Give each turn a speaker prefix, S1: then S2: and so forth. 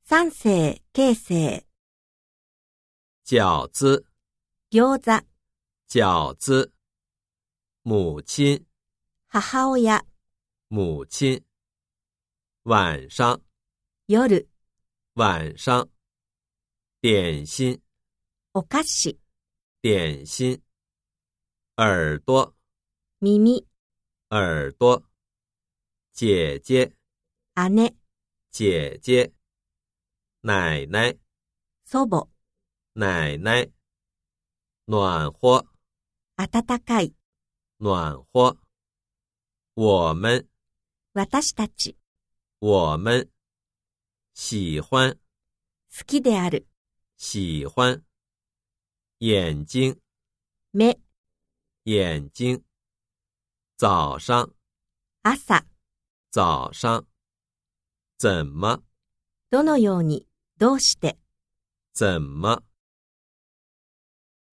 S1: 三世、京成、
S2: 饺子，
S1: 餃子、
S2: 饺子。母亲，
S1: 母親、
S2: 母亲。晚上，
S1: 夜、
S2: 晚上。点心，
S1: お菓子、
S2: 点心。耳朵，
S1: 耳、
S2: 耳朵。姐姐，
S1: 姉、
S2: 姐姐。奶奶，
S1: 祖母、
S2: 奶奶。暖和，
S1: 温かい、
S2: 暖和。我们，
S1: 私たち、
S2: 我们。喜欢，
S1: 好きである、
S2: 喜欢。眼睛，
S1: 目、
S2: 眼睛。早上，
S1: 朝、
S2: 早上。怎么，
S1: どのように、どうして、
S2: 怎么。